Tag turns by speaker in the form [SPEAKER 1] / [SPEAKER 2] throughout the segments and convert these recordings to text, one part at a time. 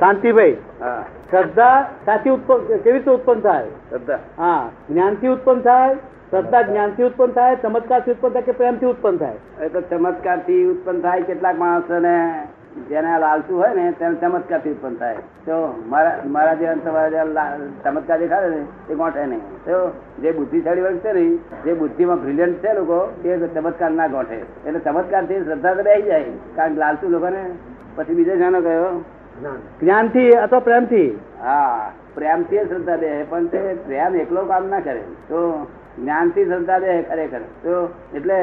[SPEAKER 1] શાંતિભાઈ
[SPEAKER 2] હા
[SPEAKER 1] શ્રદ્ધા સાચી ઉત્પન્ન કેવી રીતે ઉત્પન્ન થાય
[SPEAKER 2] શ્રદ્ધા
[SPEAKER 1] હા જ્ઞાનથી ઉત્પન્ન થાય શ્રદ્ધા જ્ઞાનથી ઉત્પન્ન થાય ચમત્કારથી ઉત્પન્ન થાય કે પ્રેમથી ઉત્પન્ન થાય
[SPEAKER 2] એ તો ચમત્કાર થી ઉત્પન્ન થાય કેટલાક માણસોને જેને લાલચું હોય ને તેને ચમત્કાર થી ઉત્પન્ન થાય તો મારા મારા જેવા ને તમારા જેવા લા- ચમત્કાર દેખાડે ને એ ગોઠે નહીં તો જે બુદ્ધિશાળી વર્ગ છે ને જે બુદ્ધિમાં બ્રિલિયન્ટ છે લોકો એ ચમત્કાર ના ગોઠે એટલે ચમત્કાર થી શ્રદ્ધા તો બેસી જાય કારણ કે લાલચું લોકોને પછી બીજો જાનો ગયો
[SPEAKER 1] જ્ઞાનથી અથવા પ્રેમથી
[SPEAKER 2] હા પ્રેમથી જ શ્રદ્ધા દે પણ તે પ્રેમ એકલો કામ ના કરે તો જ્ઞાનથી શ્રદ્ધા દે ખરેખર તો એટલે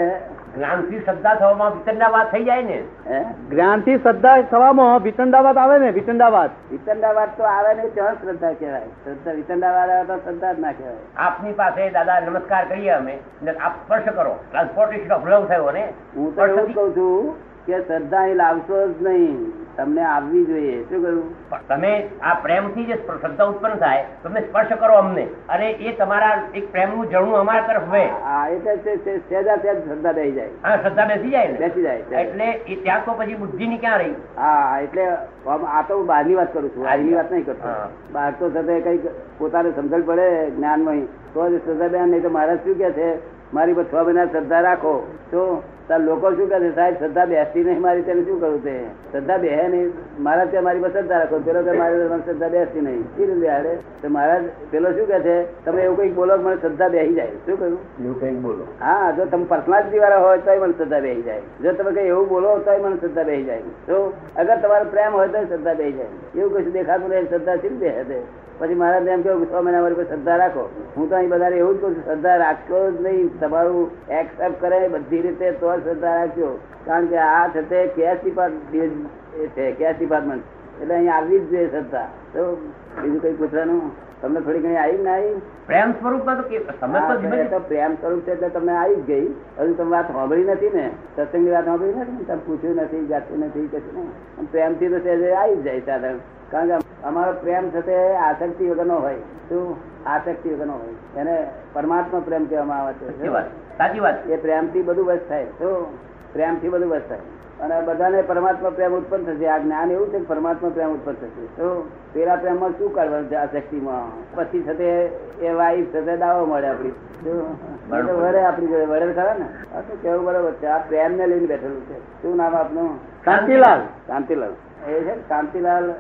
[SPEAKER 3] જ્ઞાનથી શ્રદ્ધા થવામાં વિતંડાવાદ થઈ જાય ને
[SPEAKER 2] હે
[SPEAKER 1] જ્ઞાનથી શ્રદ્ધા થવામાં વિતંડાવાદ આવે ને વિતંડાવાદ
[SPEAKER 2] વિતંડાવાદ તો આવે નહીં ત્યાં શ્રદ્ધા કહેવાય શ્રદ્ધા વિતંડાવાદ આવે તો શ્રદ્ધા જ ના કહેવાય
[SPEAKER 3] આપની પાસે દાદા નમસ્કાર કરીએ અમે ને આપ સ્પર્શ કરો ટ્રાન્સપોર્ટેશન ઓફ લવ થયો ને
[SPEAKER 2] હું તો એવું જ કહું છું કે શ્રદ્ધા અહીં લાવશો જ નહીં તમને આવવી જોઈએ શું કરું
[SPEAKER 3] પણ તમે આ પ્રેમથી જે સ્પર્શ- શ્રદ્ધા ઉત્પન્ન થાય તમે સ્પર્શ કરો અમને અને એ તમારા એક પ્રેમનું જણું અમારા તરફ વહે
[SPEAKER 2] હા એટલે તે- તે સહેજા સહેજ શ્રદ્ધા રહી જાય
[SPEAKER 3] હા શ્રદ્ધા બેસી જાય ને
[SPEAKER 2] બેસી જાય
[SPEAKER 3] એટલે એ ત્યાં તો પછી બુદ્ધિની ક્યાં રહી
[SPEAKER 2] હા એટલે આમ આ તો હું બહારની વાત કરું છું આજની વાત નહીં કરતો
[SPEAKER 3] હા.
[SPEAKER 2] બહાર તો થતા કઈક પોતાને સમજણ પડે જ્ઞાનમાં તો જ શ્રદ્ધા બેન નહીં તો મહારાજ શું કે છે મારી પર છ મહિના શ્રદ્ધા રાખો તો તાર લોકો શું કહે છે સાહેબ શ્રદ્ધા બેસતી નહીં મારી તેને શું કરું તે શ્રદ્ધા બેહે નહીં મહારાજ ત્યાં મારી પર શ્રદ્ધા રાખો પેલો કે મારી પર શ્રદ્ધા બેસતી નહીં શી રીતે બેહાડે? તો મહારાજ પેલો શું કહે છે તમે એવું કંઈક બોલો કે મને શ્રદ્ધા બેસી જાય શું કહ્યું
[SPEAKER 3] એવું કંઈક બોલો
[SPEAKER 2] હા જો તમે પર્સનાલિટી વાળા હોય તોય મને શ્રદ્ધા બેસી જાય જો તમે કઈ એવું બોલો તોય મને શ્રદ્ધા બેસી જાય તો અગર તમારો પ્રેમ હોય તો શ્રદ્ધા બેસી જાય એવું કશું દેખાતું નહીં શ્રદ્ધા શી રીતે હશે પછી મારા એમ કેવું છ મહિના મારી પર શ્રદ્ધા રાખો હું તો અહીં બધાને એવું જ કહું છું શ્રદ્ધા રાખશો જ નહીં તમારું એક્સેપ્ટ કરે બધી રીતે તો શ્રદ્ધા રાખજો કારણ કે આ છે તે કેશ ડિપાર્ટમેન્ટ એ છે કેશ ડિપાર્ટમેન્ટ એટલે અહીં આવી જ જોઈએ શ્રદ્ધા તો બીજું કઈ પૂછવાનું તમને થોડી ઘણી આવી કે ના આવી
[SPEAKER 3] પ્રેમ સ્વરૂપમાં તો કે- તમે તો
[SPEAKER 2] હા,
[SPEAKER 3] ધીમે
[SPEAKER 2] એ તો પ્રેમ સ્વરૂપ છે એટલે તમને આવી જ ગઈ હજુ તમે વાત સાંભળી નથી ને સત્સંગની વાત સાંભળી નથી ને તમે પૂછ્યું નથી જાતું નથી કશું નહીં આમ પ્રેમથી તો સહેજે આવી જ જાય સાધારણ કારણ કે અમારો પ્રેમ થતે આસક્તિ વગરનો હોય શું આસક્તિ વગરનો હોય એને પરમાત્મા પ્રેમ કહેવામાં આવે છે
[SPEAKER 3] સાચી વાત સાચી વાત
[SPEAKER 2] એ પ્રેમથી બધું વસ્ત થાય શું પ્રેમથી બધું વસ્ત થાય અને બધાને પરમાત્મા પ્રેમ ઉત્પન્ન થશે આ જ્ઞાન એવું છે કે પરમાત્મા પ્રેમ ઉત્પન્ન થશે તો પેલા પ્રેમમાં શું કરવાનું છે આ શક્તિમાં પછી થતે એ વાઈફ થતે દાવો મળે આપણી શું? તો વરે આપણી જોડે વરે ખરા ને આ તો કેવું બરોબર છે આ પ્રેમને લઈને બેઠેલું છે શું નામ આપનું
[SPEAKER 1] શાંતિલાલ
[SPEAKER 2] શાંતિલાલ એ છે ને શાંતિલાલ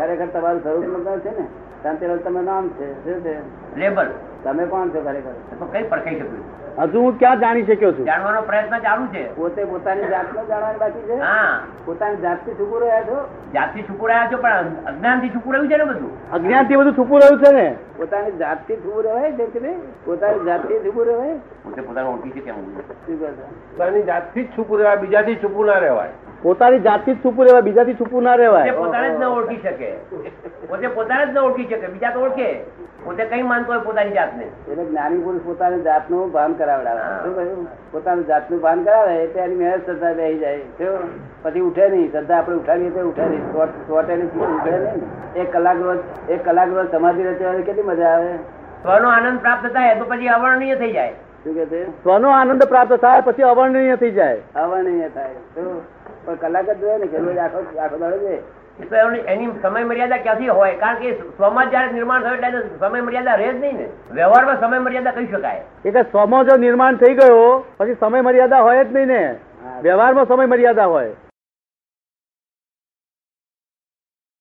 [SPEAKER 2] ખરેખર તમારું સ્વરૂપ મતલબ છે ને શાંતિલાલ તમારું નામ છે શું છે
[SPEAKER 3] લેબલ
[SPEAKER 2] તમે કોણ છો ખરેખર
[SPEAKER 3] તો કઈ પરખાઈ શક્યું
[SPEAKER 1] હજુ હું ક્યાં જાણી શક્યો છું
[SPEAKER 3] જાણવાનો પ્રયત્ન ચાલુ છે
[SPEAKER 2] પોતે પોતાની જાતને જાણવાની બાકી છે
[SPEAKER 3] હા
[SPEAKER 2] પોતાની જાતથી છૂપું રહ્યા છો
[SPEAKER 3] જાતથી છુકુરાયા છો પણ અજ્ઞાનથી છુકુરાયું છે ને બધું
[SPEAKER 1] અજ્ઞાનથી બધું છૂપું રહ્યું છે ને
[SPEAKER 2] પોતાની જાતથી છૂપું રહેવાય છે કે નહીં? પોતાની જાતથી છૂપું રહેવાય
[SPEAKER 3] પોતે પોતાનું ઓળખી છે ત્યાં હું
[SPEAKER 2] શું કહો છો?
[SPEAKER 4] પોતાની જાતથી જ છૂપું રહેવાય બીજાથી છૂપું ના રહેવાય
[SPEAKER 1] પોતાની જાતથી જ છૂપું રહેવાય બીજાથી છૂપું ના
[SPEAKER 3] પોતે
[SPEAKER 1] રહેવાય
[SPEAKER 3] પોતાને જ ન ઓળખી શકે પોતે પોતાને જ ન ઓળખી શકે બીજા તો ઓળખે પોતે કઈ માનતો હોય પોતાની જાતને
[SPEAKER 2] એટલે જ્ઞાની પુરુષ પોતાની જાતનું ભાન કરાવડાવે શું કહ્યું પોતાનું જાતનું ભાન કરાવે તો એની મહેનત શ્રદ્ધા બેસી જાય કેવું? પછી ઉઠે નહીં શ્રદ્ધા આપણે ઉઠાવીએ તો ઉઠે નહીં સોટ- સોટે નહીં, ઉઠે નહીં એક કલાક રોજ એક કલાક રોજ સમાધિ રચવાની કેટલી મજા આવે
[SPEAKER 3] સ્વનો આનંદ પ્રાપ્ત થાય તો પછી અવર્ણનીય થઈ જાય
[SPEAKER 2] શું કે છે
[SPEAKER 1] સ્વનો આનંદ પ્રાપ્ત થાય પછી અવર્ણનીય થઈ જાય
[SPEAKER 2] અવર્ણનીય થાય શું? પણ કલાક જ જોઈએ ને કે રોજ આખો આખો દાડો જોઈએ.
[SPEAKER 3] એ તો એની એની સમય મર્યાદા ક્યાંથી હોય કારણ કે સ્વમાં જયારે નિર્માણ થયું એટલે એનો સમય મર્યાદા રહે જ નહીં ને વ્યવહારમાં સમય મર્યાદા કહી શકાય
[SPEAKER 1] એટલે સ્વમાં જો નિર્માણ થઈ ગયો પછી સમય મર્યાદા હોય જ નહીં ને વ્યવહારમાં સમય મર્યાદા હોય